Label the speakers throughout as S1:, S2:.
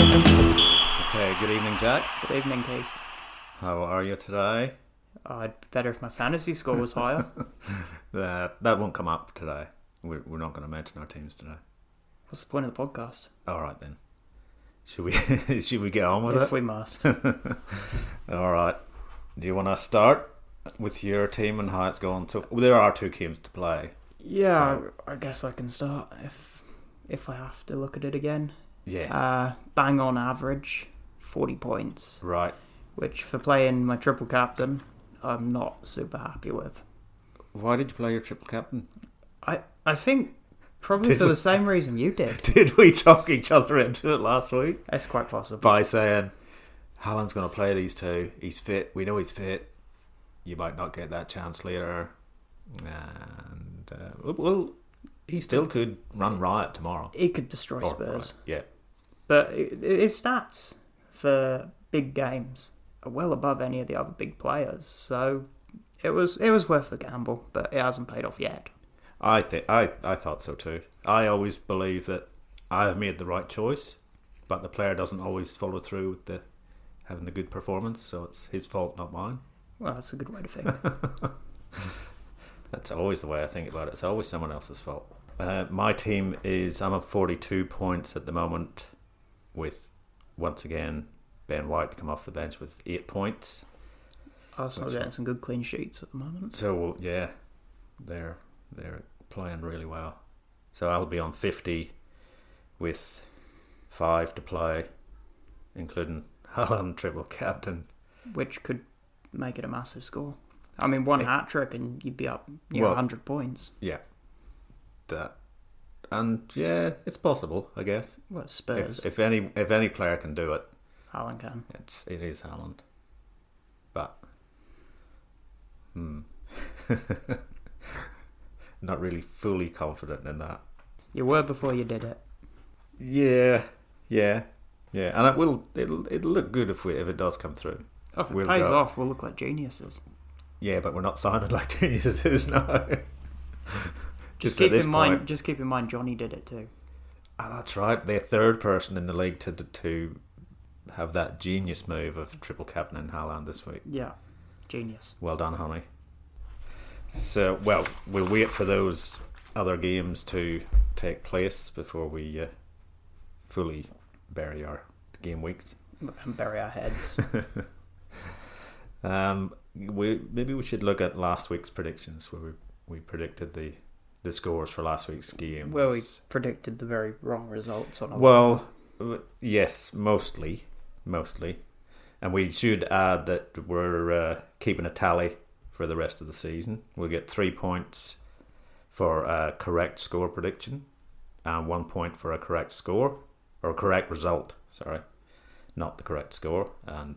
S1: Okay, good evening, Jack.
S2: Good evening, Keith.
S1: How are you today?
S2: Oh, I'd be better if my fantasy score was higher.
S1: That that won't come up today. We're, we're not going to mention our teams today.
S2: What's the point of the podcast?
S1: All right then. Should we should we get on with
S2: if
S1: it?
S2: we must.
S1: All right. Do you want to start with your team and how it's going? So well, there are two games to play.
S2: yeah,
S1: So-
S2: I, I guess I can start if if I have to look at it again.
S1: Yeah.
S2: Uh, bang on average, 40 points,
S1: right.
S2: which for playing my triple captain, I'm not super happy with.
S1: Why did you play your triple captain?
S2: I, I think probably
S1: Did
S2: for
S1: we-
S2: the same reason you did.
S1: Did we talk each other into it last week?
S2: It's quite possible.
S1: by saying Haaland's going to play these two. He's fit. We know he's fit. You might not get that chance later, and uh, well, well, he still could run riot tomorrow.
S2: He could destroy
S1: Or
S2: Spurs.
S1: riot, Yeah,
S2: But i- i- his stats for big games are well above any of the other big players, so it was it was worth the gamble, but it hasn't paid off yet.
S1: I think I I thought so too. I always believe that I have made the right choice, but the player doesn't always follow through with the having the good performance. So it's his fault, not mine.
S2: Well, that's a good way to think.
S1: That's always the way I think about it. It's always someone else's fault. Uh, my team is I'm at 42 points at the moment, with once again Ben White to come off the bench with eight points.
S2: Arsenal
S1: That's
S2: getting
S1: right.
S2: some good clean sheets at the moment.
S1: So yeah, they're they're playing really well. So I'll be on 50 with five to play, including Haaland triple captain.
S2: which could make it a massive score. I mean, one hat trick and you'd be up you know,
S1: Well-
S2: 100 points.
S1: Yeah, that and yeah, it's possible I guess.
S2: Well, it's Spurs,
S1: If, if any if any player can do it,
S2: Alan can.
S1: It's it is Haaland. But hmm. Not really fully confident in that.
S2: You were before you did it.
S1: Yeah. Yeah. Yeah. And it will it'll it'll look good if we if it does come through.
S2: Oh, if it
S1: We'll
S2: pays
S1: go.
S2: off, we'll look like geniuses.
S1: Yeah, but we're not signing like geniuses now.
S2: Just,
S1: Just at
S2: keep
S1: this
S2: in mind.
S1: point.
S2: Just keep in mind, Johnny did it too.
S1: Ah, that's right. They're third person in the league to to have that genius move of triple captain in Haaland this week.
S2: Yeah, genius.
S1: Well done, honey. So, well, we'll wait for those other games to take place before we uh, fully bury our game weeks.
S2: And bury our heads.
S1: Um, we maybe we should look at last week's predictions where we, we predicted the the scores for last week's games.
S2: Well, we predicted the very wrong results on our
S1: Well, w- yes, mostly, mostly, and we should add that we're uh, keeping a tally for the rest of the season. We'll get three points for a correct score prediction, and one point for a correct score or correct result. Sorry, not the correct score, and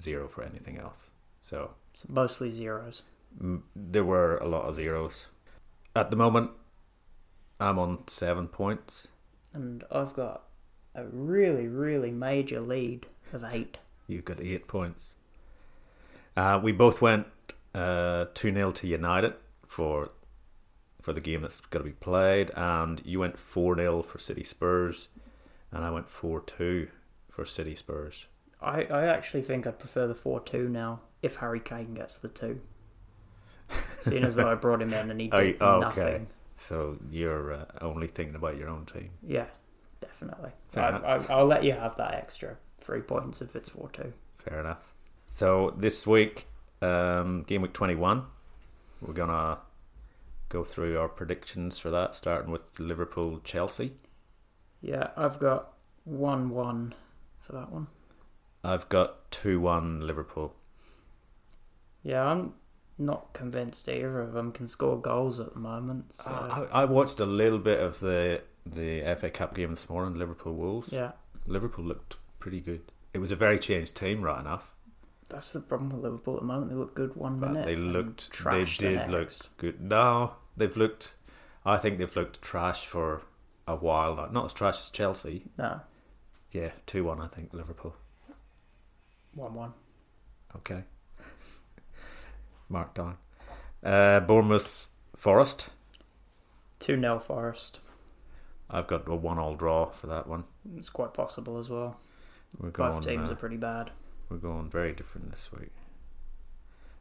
S1: zero for anything else. So
S2: It's mostly zeros.
S1: m- there were a lot of zeros. At the moment, I'm on seven points.
S2: And I've got a really, really major lead of eight.
S1: You've got eight points. Uh, we both went uh, 2 0 to United for for the game that's going to be played, and you went 4 0 for City Spurs, and I went 4 2 for City Spurs.
S2: I, I actually think I'd prefer the 4 2 now if Harry Kane gets the 2. Seeing as though I brought him in and he
S1: Oh,
S2: did
S1: okay.
S2: nothing.
S1: So you're uh, only thinking about your own team.
S2: Yeah, definitely.
S1: Fair
S2: I,
S1: enough.
S2: I, I'll let you have that extra three points if it's 4 2.
S1: Fair enough. So this week, um, game week 21, we're going to go through our predictions for that, starting with Liverpool Chelsea.
S2: Yeah, I've got 1 1 for that one.
S1: I've got 2 1 Liverpool.
S2: Yeah, I'm not convinced either of them can score goals at the moment. So,
S1: Uh, I, I watched a little bit of the the FA Cup game this morning, Liverpool Wolves.
S2: yeah,
S1: Liverpool looked pretty good. It was a very changed team, right enough,
S2: that's the problem with Liverpool at the moment. They look good one
S1: but
S2: minute,
S1: they
S2: and
S1: looked they
S2: trash the
S1: did look
S2: next.
S1: good. No, they've looked. I think they've looked trash for a while. now. Not as trash as Chelsea.
S2: No,
S1: Yeah, two one. I think Liverpool.
S2: one-one.
S1: Okay. Marked on. Uh, Bournemouth Forest.
S2: Two 0 Forest.
S1: I've got a one-all draw for that one.
S2: It's quite possible as well.
S1: We're going.
S2: Both teams
S1: uh,
S2: are pretty bad.
S1: We're going very different this week.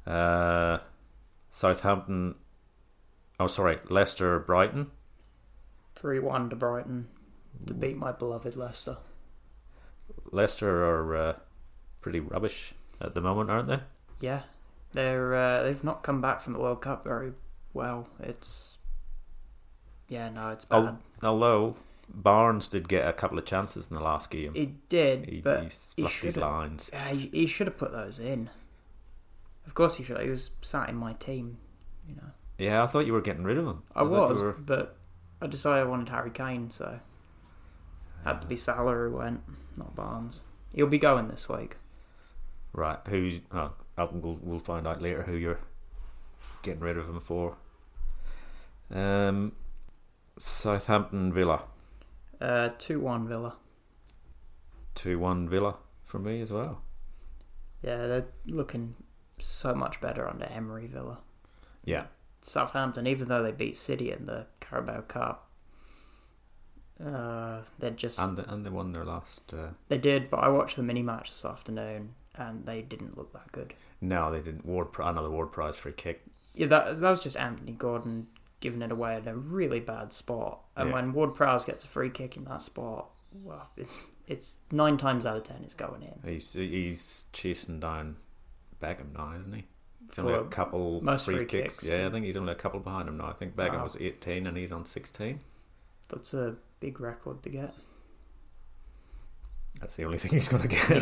S1: Uh, Southampton. Oh, sorry, Leicester, Brighton.
S2: Three-one to Brighton to beat my beloved Leicester.
S1: Leicester are uh, pretty rubbish at the moment, aren't they?
S2: Yeah, they're uh, they've not come back from the World Cup very well. It's yeah, no, it's
S1: Al-
S2: bad.
S1: Although Barnes did get a couple of chances in the last game.
S2: He did,
S1: He,
S2: but
S1: he fluffed his
S2: should've.
S1: lines.
S2: Yeah, he, he should have put those in. Of course he should. He was sat in my team, you know.
S1: Yeah, I thought you were getting rid of him.
S2: I,
S1: thought you
S2: was,
S1: were-
S2: but I decided I wanted Harry Kane, so had to be Salah who went, not Barnes. He'll be going this week.
S1: Right, who? Oh, uh, we'll we'll find out later who you're getting rid of him for. Um, Southampton Villa.
S2: Uh, two one Villa.
S1: two one Villa for me as well.
S2: Yeah, they're looking so much better under Emery Villa.
S1: Yeah,
S2: Southampton, even though they beat City in the Carabao Cup, uh, they're just
S1: and the, and they won their last. Uh,
S2: they did. But I watched the mini match this afternoon, and they didn't look that good.
S1: no, they didn't. Ward pri- another Ward Prize free kick.
S2: Yeah, that that was just Anthony Gordon giving it away in a really bad spot. And
S1: Yeah.
S2: when Ward Prowse gets a free kick in that spot, well, it's it's nine times out of ten it's going in.
S1: He's he's chasing down Beckham now, isn't he? He's only
S2: For
S1: a couple
S2: most
S1: free
S2: free
S1: kicks.
S2: kicks,
S1: Yeah,
S2: yeah.
S1: I think he's only a couple behind him now. I think Beckham
S2: Wow.
S1: was eighteen and he's on sixteen.
S2: That's a big record to get.
S1: That's the only thing he's going to get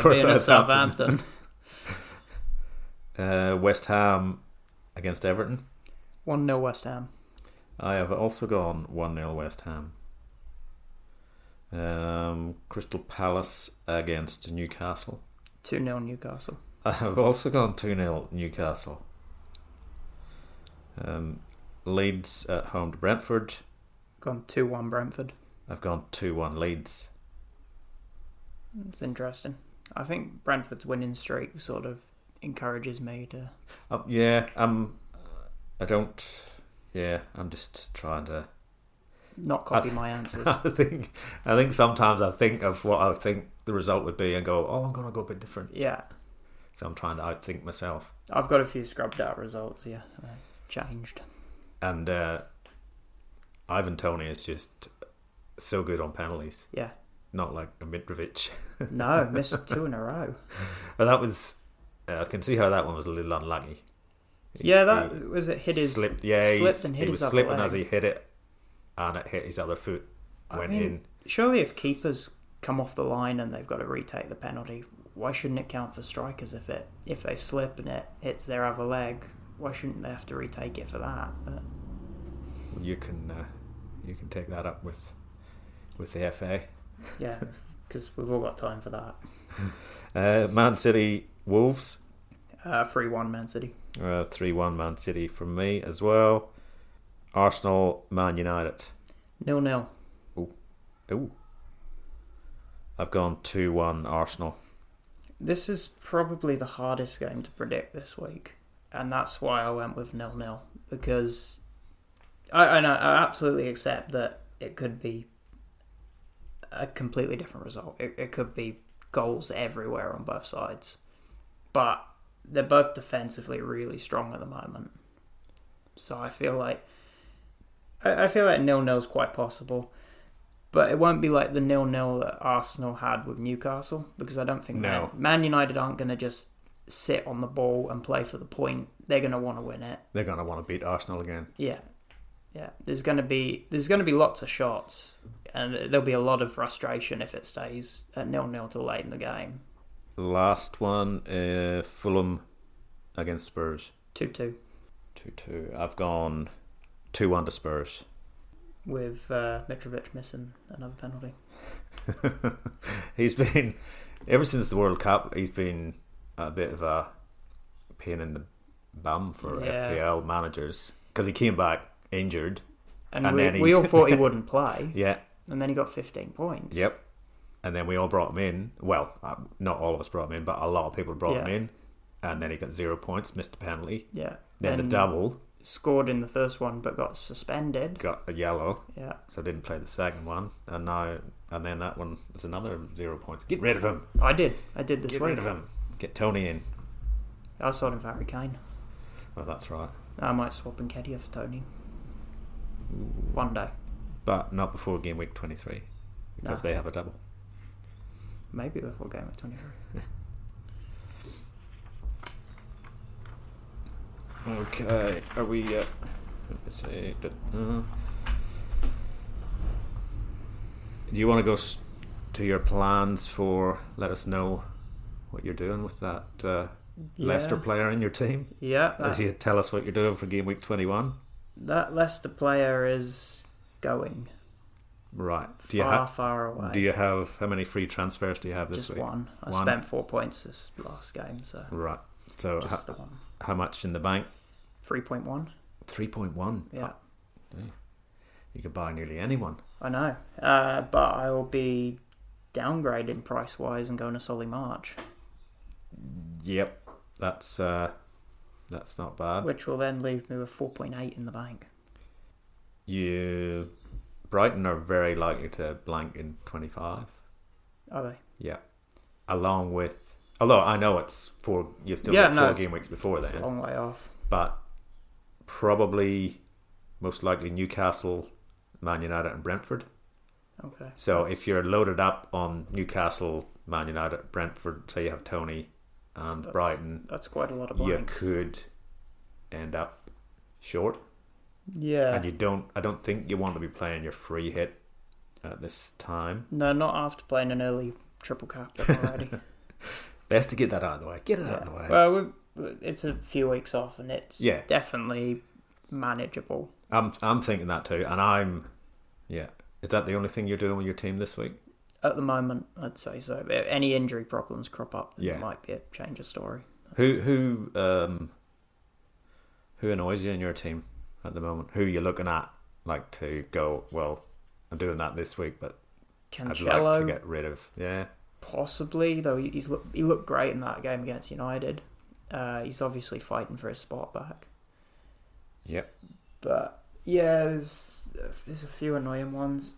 S1: for
S2: Being at
S1: Southampton.
S2: Southampton.
S1: Uh, West Ham against Everton.
S2: One 0 West Ham.
S1: I have also gone one 0 West Ham. Um, Crystal Palace against Newcastle.
S2: Two 0 Newcastle.
S1: I have also gone 2 0 Newcastle. Um, Leeds at home to Brentford.
S2: Gone two one Brentford.
S1: I've gone 2 1 Leeds.
S2: It's interesting. I think Brentford's winning streak sort of encourages me to.
S1: Uh, yeah, um, I don't. Yeah, I'm just trying to.
S2: Not copy my answers.
S1: I think. I think sometimes I think of what I think the result would be and go, "Oh, I'm gonna go a bit different."
S2: yeah,
S1: So I'm trying to outthink myself.
S2: I've got a few scrubbed out results. Yeah, so changed.
S1: And uh, Ivan Tony is just so good on penalties.
S2: Yeah,
S1: Not like a Mitrovic.
S2: no, missed two in a row.
S1: But that was, uh, I can see how that one was a little unlucky. He-
S2: Yeah, that
S1: he
S2: was it. Hit his.
S1: slipped. Yeah,
S2: slipped
S1: he's-
S2: and hit
S1: he
S2: his
S1: was
S2: other
S1: slipping
S2: leg.
S1: as he hit it, and it hit his other foot.
S2: I
S1: Went
S2: mean-
S1: in.
S2: Surely, if keepers come off the line and they've got to retake the penalty, why shouldn't it count for strikers if it if they slip and it hits their other leg? Why shouldn't they have to retake it for that? But
S1: You can, uh, you can take that up with, with the FA.
S2: yeah, because we've all got time for that.
S1: Uh, Man City Wolves, uh,
S2: Uh, Three one Man City.
S1: three one Man City from me as well. Arsenal Man United.
S2: Nil nil.
S1: Ooh, I've gone two one Arsenal.
S2: This is probably the hardest game to predict this week, and that's why I went with nil nil because I, I know I absolutely accept that it could be a completely different result. It, it could be goals everywhere on both sides, but they're both defensively really strong at the moment. So I feel like I, I feel like nil nil is quite possible. But it won't be like the nil nil that Arsenal had with Newcastle because I don't think
S1: No.
S2: Man, Man United aren't going to just sit on the ball and play for the point. They're going to want to win it.
S1: They're gonna want to beat Arsenal again.
S2: Yeah, yeah. There's going to be there's going to be lots of shots, and there'll be a lot of frustration if it stays at nil nil till late in the game.
S1: Last one, uh, Fulham against Spurs.
S2: two two
S1: Two two. I've gone two under Spurs.
S2: with uh, Mitrovic missing another penalty.
S1: he's been ever since the World Cup. He's been a bit of a pain in the bum for
S2: Yeah.
S1: FPL managers because he came back injured.
S2: And,
S1: And
S2: we,
S1: then he-
S2: we all thought he wouldn't play,
S1: Yeah.
S2: and then he got 15 points.
S1: Yep. And then we all brought him in. Well, uh, not all of us brought him in, but a lot of people brought him
S2: Yeah.
S1: in. And then he got zero points, missed a penalty.
S2: Yeah.
S1: Then the double
S2: Scored in the first one, but got suspended.
S1: got a yellow,
S2: Yeah.
S1: so didn't play the second one. And now, and then that one is another zero points. Get rid of him.
S2: I did. I did this
S1: Get
S2: week.
S1: rid of him. Get Tony in.
S2: I sold him for Harry Kane.
S1: Well, that's right.
S2: I might swap Nkedia for Tony. One day.
S1: But not before game week 23 because
S2: No.
S1: they have a double.
S2: Maybe before game of 23.
S1: Okay, are we? Uh, let's see. da- uh. Do you want to go s- to your plans for? Let us know what you're doing with that uh, Leicester
S2: Yeah. Uh,
S1: player in your team.
S2: Yeah. That,
S1: As you tell us what you're doing for game week 21.
S2: that Leicester player is going
S1: Right. Do you
S2: far,
S1: have?
S2: far away.
S1: Do you have how many free transfers do you have this
S2: Just
S1: week?
S2: one. I
S1: One.
S2: spent four points this last game, so
S1: Right. So
S2: just
S1: ho-
S2: the one.
S1: how much in the bank?
S2: 3.1.
S1: Three point one.
S2: Yeah.
S1: You could buy nearly anyone.
S2: I know. Uh, but I will be downgrading price wise and going to Solly March,
S1: Yep. That's uh, that's not bad.
S2: which will then leave me with 4.8 in the bank.
S1: You, Brighton are very likely to blank in 25.
S2: Are they?
S1: Yeah, along with although I know it's four. You still
S2: Yeah,
S1: got
S2: no,
S1: four
S2: it's-
S1: game weeks before
S2: It's a
S1: then,
S2: long way off.
S1: but probably most likely Newcastle, Man United, and Brentford.
S2: Okay.
S1: So
S2: That's-
S1: if you're loaded up on Newcastle, Man United, Brentford, say you have Tony and
S2: That's-
S1: Brighton,
S2: That's quite a lot of
S1: you
S2: blanks.
S1: could end up short.
S2: Yeah.
S1: and you don't i don't think you want to be playing your free hit at this time
S2: No, not after playing an early triple cap already.
S1: best to get that out of the way get it out of the way
S2: yeah. Well, we it's a few weeks off, and it's
S1: Yeah.
S2: definitely manageable.
S1: i'm i'm thinking that too and i'm yeah is that the only thing you're doing with your team this week
S2: At the moment, I'd say so. If any injury problems crop up, then
S1: Yeah.
S2: it might be a change of story.
S1: who who um who annoys you in your team at the moment who are you looking at like to go well i'm doing that this week but i'd
S2: Cancelo,
S1: like to get rid of yeah
S2: possibly though. he- He's look, he looked great in that game against United. Uh, he's obviously fighting for his spot back.
S1: Yep.
S2: But yeah, there's, there's a few annoying ones.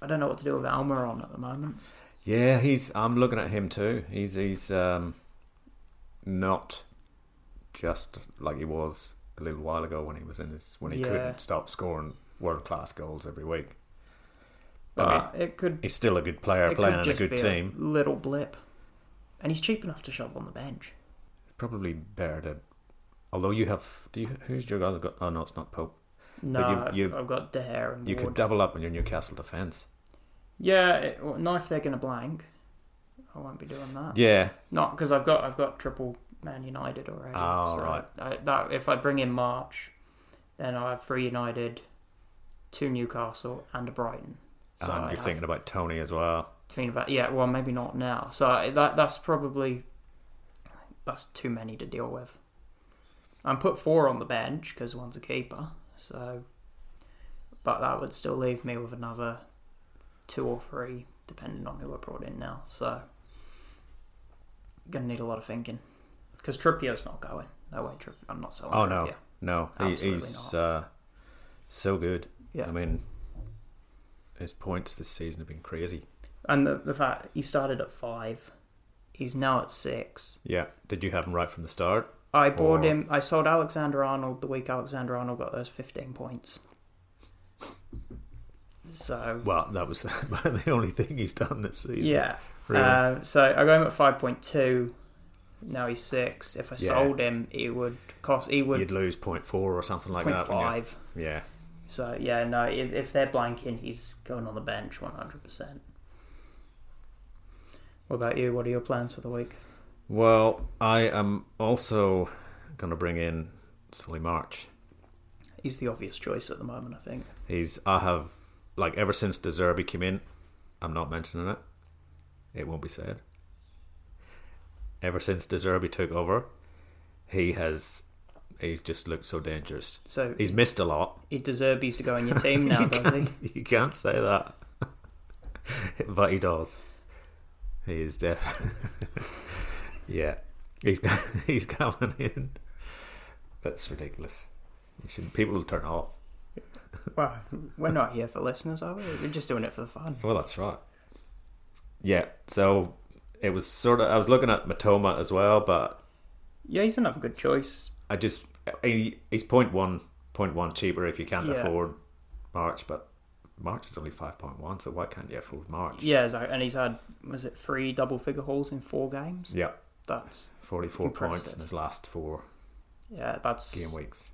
S2: I don't know what to do with Almiron at the moment.
S1: yeah he's i'm looking at him too he's he's um not just like he was a little while ago when he was in his when he
S2: Yeah.
S1: couldn't stop scoring world class goals every week. I
S2: But
S1: mean,
S2: it could
S1: he's still a good player
S2: it
S1: playing in
S2: could
S1: a
S2: just
S1: good
S2: be
S1: team.
S2: a little blip, and he's cheap enough to shove on the bench.
S1: Probably better to. Although you have, do you who's your other? go- Oh no, it's not Pope.
S2: No,
S1: you-
S2: I've got De Gea and
S1: You
S2: Ward.
S1: could double up on your Newcastle defense.
S2: yeah, it, well, no, if they're gonna blank, I won't be doing that.
S1: Yeah,
S2: Not because I've got I've got triple Man United already.
S1: Oh,
S2: so
S1: right.
S2: I, that if I bring in March, then I have three United, two Newcastle, and a Brighton. So
S1: and
S2: I'd
S1: Um, you're
S2: have
S1: thinking about Tony as well.
S2: thinking about yeah. Well, maybe not now. So I- that that's probably that's too many to deal with. I'm put four on the bench because one's a keeper. So, but that would still leave me with another two or three, depending on who I brought in now. So, gonna need a lot of thinking because Trippier's not going. No way, Tripp. I'm not selling.
S1: Oh no,
S2: Trippier.
S1: no, he,
S2: Absolutely
S1: he's uh, so good.
S2: Yeah.
S1: I mean, his points this season have been crazy.
S2: And the the fact he started at five, he's now at six.
S1: Yeah, did you have him right from the start?
S2: I bought
S1: Or-
S2: him. I sold Alexander Arnold the week Alexander Arnold got those 15 points. So
S1: Well, that was about the only thing he's done this season.
S2: yeah.
S1: Really?
S2: Uh, so I got him at 5.2. Now he's six. If I
S1: Yeah.
S2: sold him, it would cost. He would
S1: You'd lose 0.4 or something like
S2: point
S1: that. wouldn't you?
S2: five.
S1: Yeah.
S2: So yeah, no. If, if they're blanking, he's going on the bench 100. percent What about you? What are your plans for the week?
S1: Well, I am also going to bring in Sully March.
S2: He's the obvious choice at the moment, I think.
S1: He's I have like ever since De Zerbi came in, I'm not mentioning it. It won't be said. Ever since De Zerbi took over, he has he's just looked so dangerous.
S2: So
S1: He's missed a lot.
S2: he deserves to go in your team now,
S1: you,
S2: does he?
S1: can't, you can't say that. but he does. He is deaf. yeah. He's he's coming in. That's ridiculous. You should, people will turn off.
S2: Well, we're not here for listeners, are we? We're just doing it for the fun.
S1: Well, that's right. Yeah, so it was sort of. I was looking at Matoma as well, but
S2: Yeah, he's another good choice.
S1: I just he, he's point one point one cheaper if you can't
S2: Yeah.
S1: afford March, but March is only five point one, so why can't you afford March?
S2: Yeah, exac- and he's had was it three double figure hauls in four games?
S1: Yeah,
S2: That's
S1: forty four points
S2: Impressive.
S1: in his last four
S2: yeah, that's.
S1: game weeks,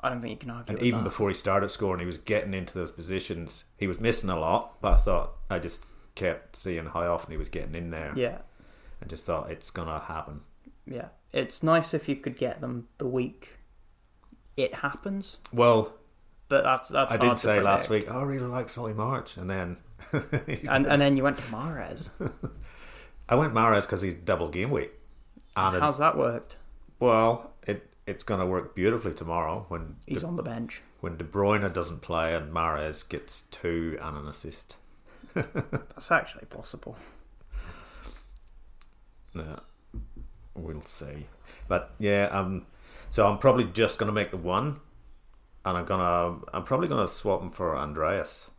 S2: I don't think you can argue.
S1: and
S2: with
S1: even
S2: that.
S1: before he started scoring, he was getting into those positions. He was missing a lot, but I thought I just kept seeing how often he was getting in there,
S2: Yeah,
S1: and just thought it's gonna happen.
S2: yeah, it's nice if you could get them the week it happens,
S1: Well,
S2: but that's that's.
S1: I
S2: hard
S1: did
S2: to
S1: say last
S2: predict.
S1: week, "Oh, I really like Solly March, and then
S2: and and then you went to Mares.
S1: I went Mares because he's double game week. And it,
S2: How's that worked?
S1: well, it it's going to work beautifully tomorrow when
S2: He's
S1: De,
S2: on the bench.
S1: when De Bruyne doesn't play and Mares gets two and an assist.
S2: That's actually possible.
S1: Yeah, we'll see. But yeah, um, so I'm probably just going to make the one, and I'm gonna I'm probably going to swap him for Andreas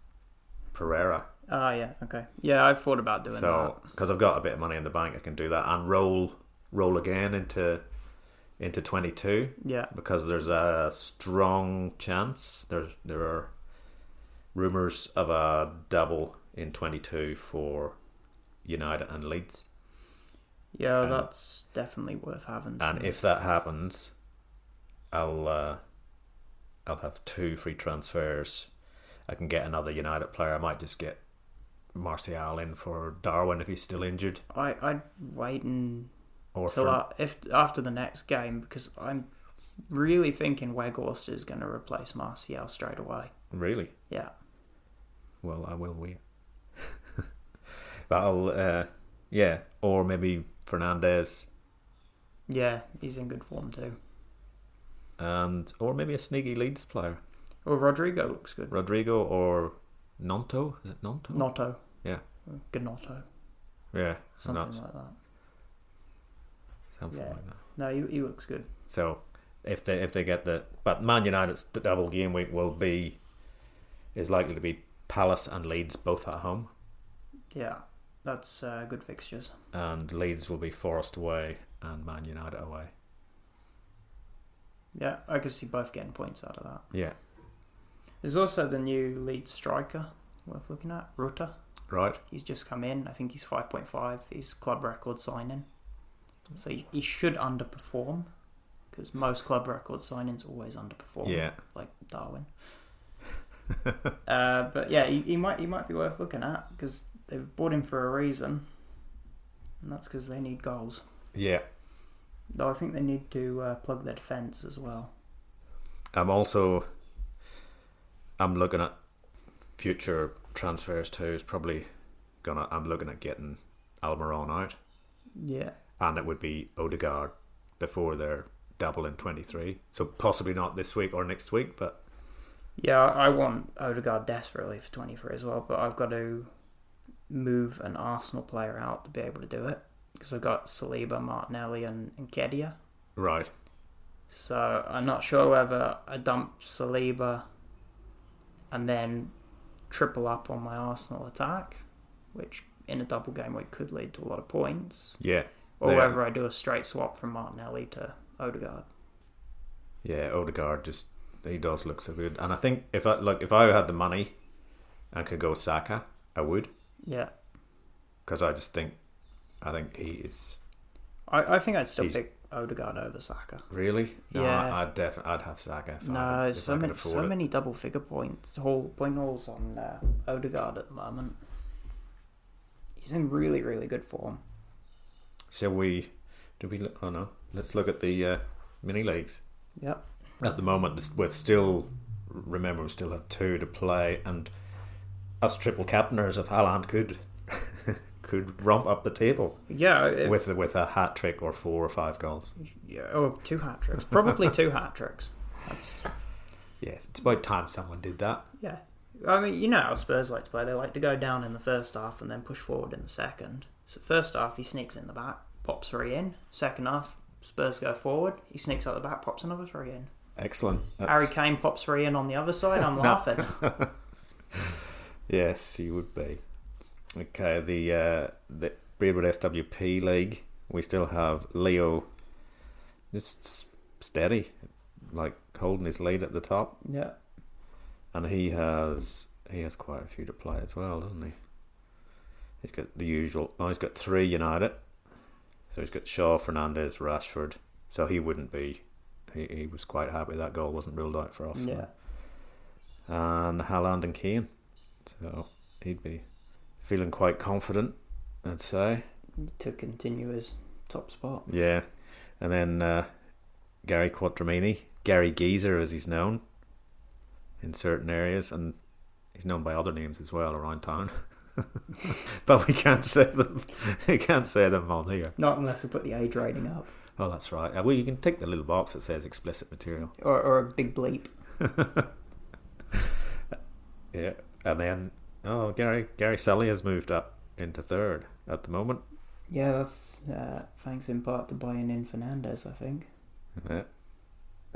S1: Pereira.
S2: Ah, yeah, okay, yeah, I've thought about doing
S1: So because I've got a bit of money in the bank, I can do that and roll roll again into into twenty two
S2: that. Yeah,
S1: because there's a strong chance there there are rumors of a double in twenty two for United and Leeds,
S2: yeah,
S1: And-
S2: that's definitely worth having.
S1: and
S2: some-
S1: if that happens, I'll uh, I'll have two free transfers. I can get another United player. I might just get Martial in for Darwin if he's still injured,
S2: I I'd wait and
S1: or
S2: till
S1: for
S2: a- if after the next game because I'm really thinking Weghorst is going to replace Martial straight away.
S1: really.
S2: Yeah,
S1: Well, I will wait. but I'll, uh, yeah, or maybe Fernandez
S2: yeah, he's in good form too.
S1: and or maybe a sneaky Leeds player,
S2: Well, Rodrigo looks good.
S1: Rodrigo or Nonto. Is it Nonto?
S2: Notto.
S1: Yeah.
S2: Gnotto.
S1: Yeah,
S2: Something
S1: Not-
S2: like that.
S1: something
S2: yeah.
S1: like that.
S2: No, he, he looks good.
S1: So if they if they get the but Man United's double game week will be is likely to be Palace and Leeds both at home,
S2: Yeah, that's uh, good fixtures.
S1: and Leeds will be Forest away and Man United away.
S2: Yeah, I could see both getting points out of that.
S1: Yeah,
S2: There's also the new lead striker worth looking at, Rutter.
S1: right.
S2: He's just come in. I think he's 5.5. He's club record signing. So he, he should underperform because most club record signings always underperform.
S1: Yeah.
S2: Like Darwin. uh, but yeah, he, he might he might be worth looking at because they've bought him for a reason. And that's because they need goals.
S1: Yeah,
S2: Though I think they need to uh, plug their defence as well.
S1: I'm also I'm looking at future transfers too. It's probably gonna I'm looking at getting Almiron out,
S2: Yeah.
S1: and it would be Odegaard before their double in 23. So possibly not this week or next week, but
S2: Yeah, I I want Odegaard desperately for 23 as well, but I've got to move an Arsenal player out to be able to do it because I've got Saliba, Martinelli, and, and Kedia.
S1: right.
S2: So I'm not sure whether I dump Saliba and then triple up on my Arsenal attack, which in a double game week could lead to a lot of points,
S1: Yeah.
S2: or
S1: Yeah.
S2: whether I do a straight swap from Martinelli to Odegaard.
S1: Yeah, Odegaard just he does look so good. And I think if I like if I had the money and could go Saka, I would
S2: Yeah,
S1: because I just think I think he is
S2: I, I think I'd still
S1: He's-
S2: pick Odegaard over Saka.
S1: really. No,
S2: Yeah.
S1: I, I'd definitely I'd have Saka. If I
S2: No,
S1: could, if
S2: so
S1: I could
S2: many,
S1: afford
S2: so
S1: it.
S2: many double figure points, whole point hauls on uh, Odegaard at the moment. He's in really, really good form.
S1: Shall we? Do we? look- Oh no. Let's look at the uh, mini leagues.
S2: Yep.
S1: at the moment we're still remember we still have two to play and us triple captainers if Haaland could could romp up the table
S2: Yeah, if,
S1: with with a hat trick or four or five goals.
S2: yeah, oh, two hat tricks. Probably two hat tricks. That's
S1: Yeah, it's about time someone did that.
S2: yeah. I mean, you know how Spurs like to play. They like to go down in the first half and then push forward in the second. So first half, he sneaks in the back, pops three in. Second half, Spurs go forward. He sneaks out the back, pops another three in.
S1: Excellent. That's-
S2: Harry Kane pops three in on the other side. I'm laughing.
S1: Yes, you would be. Okay, the uh, the Braidwood SWP League. We still have Leo just s- steady, like holding his lead at the top,
S2: Yeah.
S1: and he has he has quite a few to play as well, doesn't he? He's got the usual. Oh, he's got three United. So he's got Shaw, Fernandez, Rashford. So he wouldn't be. He, he was quite happy that goal wasn't ruled out for offside
S2: Yeah.
S1: and Haaland and Kane. So he'd be feeling quite confident, I'd say.
S2: To continue his top spot.
S1: Yeah. And then uh, Gary Quattramini, Gary Geezer as he's known in certain areas, and he's known by other names as well around town. but we can't say them. We can't say them on here.
S2: Not unless we put the age rating up.
S1: Oh, that's right. Uh, Well, you can take the little box that says explicit material.
S2: Or, or a big bleep.
S1: Yeah, and then oh, Gary Gary Sully has moved up into third at the moment.
S2: Yeah, that's uh, thanks in part to buying in Fernandez, I think.
S1: Yeah.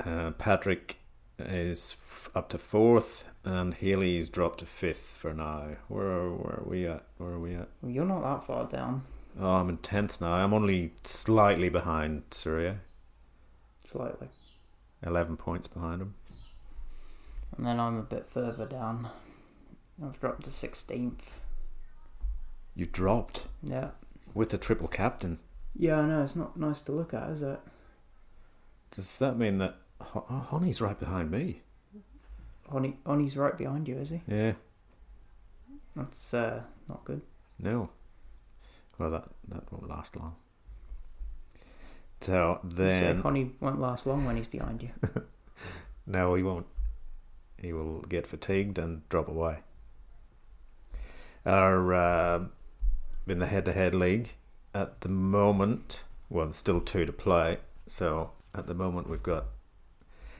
S1: Uh, Patrick is f- up to fourth, and Healy's dropped to fifth for now. Where are, where are we at? Where are we at?
S2: Well, you're not that far down,
S1: Oh, I'm in tenth now. I'm only slightly behind Surya,
S2: slightly.
S1: eleven points behind him.
S2: And then I'm a bit further down. I've dropped to 16th.
S1: You dropped
S2: Yeah.
S1: with the triple captain.
S2: Yeah, I know, it's not nice to look at, is it?
S1: Does that mean that Ho- oh, Honey's right behind me?
S2: Oni, Oni's right behind you, is he?
S1: Yeah.
S2: That's uh, not good.
S1: No. Well, that that won't last long. So then,
S2: Oni won't last long when he's behind you.
S1: No, he won't. He will get fatigued and drop away. Our uh, in the head-to-head league at the moment. Well, there's still two to play. So at the moment we've got.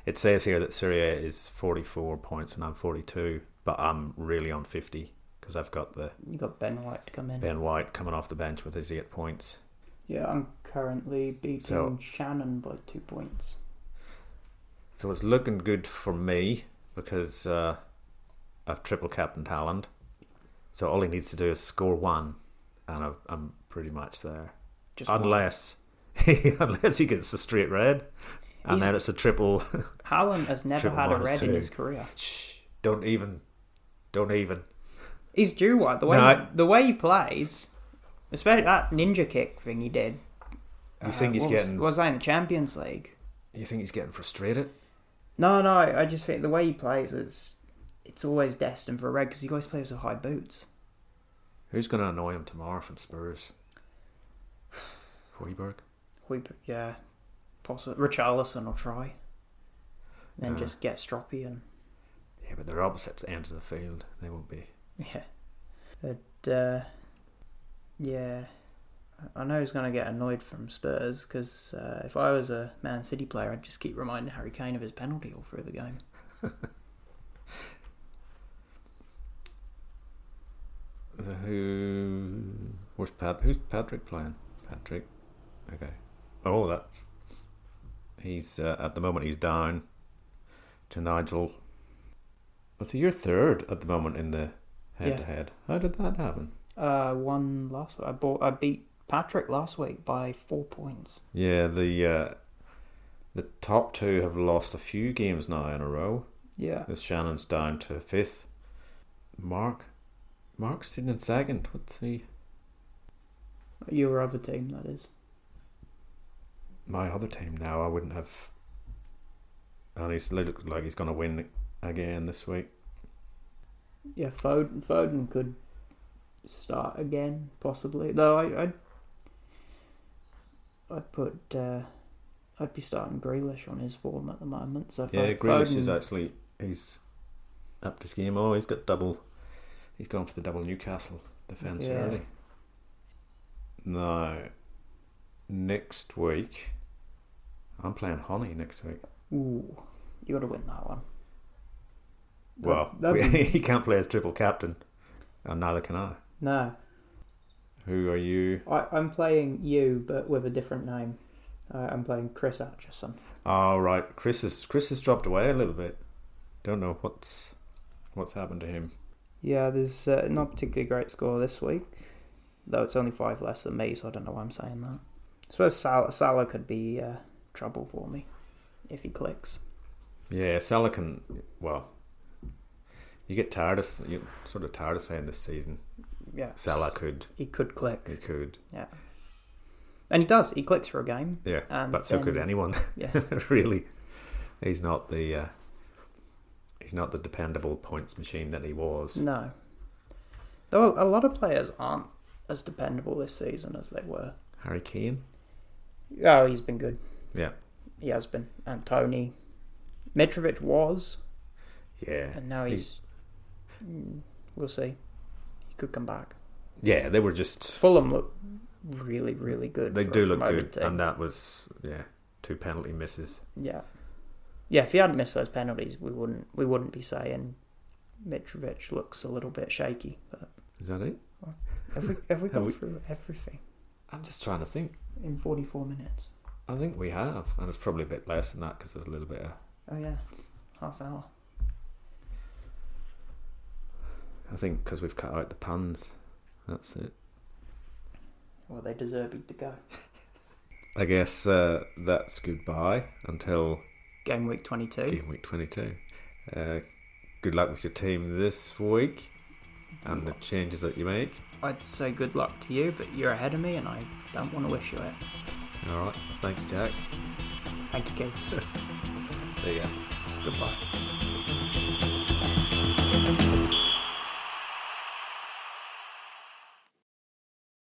S1: It says here that Syria is 44 points and I'm 42, but I'm really on 50 because I've got the
S2: you got Ben White to come in.
S1: Ben White coming off the bench with his eight points.
S2: Yeah, I'm currently beating
S1: So-
S2: Shannon by two points.
S1: So it's looking good for me because uh, I've triple captain talent. So all he needs to do is score one, and I've, I'm pretty much there.
S2: Just one.
S1: Unless unless he gets a straight red, and
S2: He's-
S1: then it's a triple.
S2: Haaland has never
S1: Triple
S2: had a
S1: minus
S2: red in
S1: two.
S2: his career.
S1: Shh, don't even, don't even.
S2: He's due one. The way
S1: No.
S2: the way he plays, especially that ninja kick thing he did. uh,
S1: You think he's
S2: what was-
S1: getting-
S2: Was that in the Champions League?
S1: You think he's getting frustrated?
S2: No, no. I just think the way he plays is, it's always destined for a red because he always plays with high boots.
S1: Who's going to annoy him tomorrow from Spurs? Hoiberg.
S2: We, yeah, possibly Richarlison will try. Then
S1: Yeah.
S2: just get stroppy and
S1: Yeah, but they're opposite ends of the field. They won't be.
S2: yeah, but uh, yeah, I- I know he's gonna get annoyed from Spurs because uh, if I was a Man City player, I'd just keep reminding Harry Kane of his penalty all through the game.
S1: The who? Where's Pat? Who's Patrick playing? Patrick. Okay. Oh, that's. He's uh, at the moment he's down to Nigel. Oh, so you're third at the moment in the head to head. How did that happen?
S2: Uh, one last I bought. I beat Patrick last week by four points.
S1: Yeah, the uh, the top two have lost a few games now in a row.
S2: Yeah.
S1: This Shannon's down to fifth. Mark, Mark's sitting in second. What's he?
S2: Your other team, that is.
S1: my other team now. I wouldn't have. And he's looked like he's going to win again this week.
S2: Yeah, Foden. Foden could start again, possibly. Though I, I'd, I'd put uh, I'd be starting Grealish on his form at the moment. So if
S1: Yeah,
S2: I-
S1: Grealish
S2: Foden-
S1: is actually he's up to his game. Oh, he's got double. He's gone for the double Newcastle defence
S2: Yeah.
S1: early. Now, next week, I'm playing Honey next week.
S2: Ooh, you got to win that one. That-
S1: Well,
S2: that'd
S1: we-
S2: be-
S1: he can't play as triple captain, and neither can I.
S2: no,
S1: Who are you?
S2: I, I'm playing you, but with a different name. Uh, I'm playing Chris Atchison.
S1: All Oh, right, Chris has Chris has dropped away a little bit. Don't know what's what's happened to him.
S2: Yeah, there's uh, not particularly great score this week, though it's only five less than me, so I don't know why I'm saying that. I suppose Salah, Salah could be uh, trouble for me if he clicks.
S1: Yeah, Salah can. Well, you get tired of you are sort of tired of saying this season.
S2: Yeah,
S1: Salah could,
S2: He could
S1: he
S2: click,
S1: could,
S2: and he does. He clicks for a game.
S1: yeah,
S2: And
S1: but so could
S2: then-
S1: anyone.
S2: Um, Yeah,
S1: really, he's not the uh, he's not the dependable points machine that he was.
S2: no. Though a lot of players aren't as dependable this season as they were.
S1: Harry Kane,
S2: Oh, he's been good.
S1: Yeah.
S2: He has been. And Tony. Mitrovic was,
S1: yeah,
S2: and now he's. Mm, We'll see. He could come back.
S1: yeah, they were just
S2: Fulham look really, really good.
S1: they
S2: for a
S1: do look
S2: promoted
S1: good,
S2: team.
S1: and that was yeah two penalty misses.
S2: eh? yeah. Yeah, if he hadn't missed those penalties, we wouldn't we wouldn't be saying Mitrovic looks a little bit shaky. But
S1: Is that it?
S2: have we, have we
S1: Have
S2: gone
S1: we-
S2: through everything
S1: I'm just trying to think.
S2: in 44 minutes?
S1: I think we have, and it's probably a bit less than that because there's a little bit of
S2: Oh, yeah. Half hour.
S1: I think because we've cut out the puns. That's it.
S2: Well, they deserve it to go.
S1: I guess uh, that's goodbye until
S2: Game week 22.
S1: game week 22. Uh, good luck with your team this week and the changes that you make.
S2: I'd say good luck to you, but you're ahead of me and I don't want to wish you it.
S1: All right. Thanks, Jack.
S2: Thank you, Keith.
S1: See ya.
S2: Goodbye.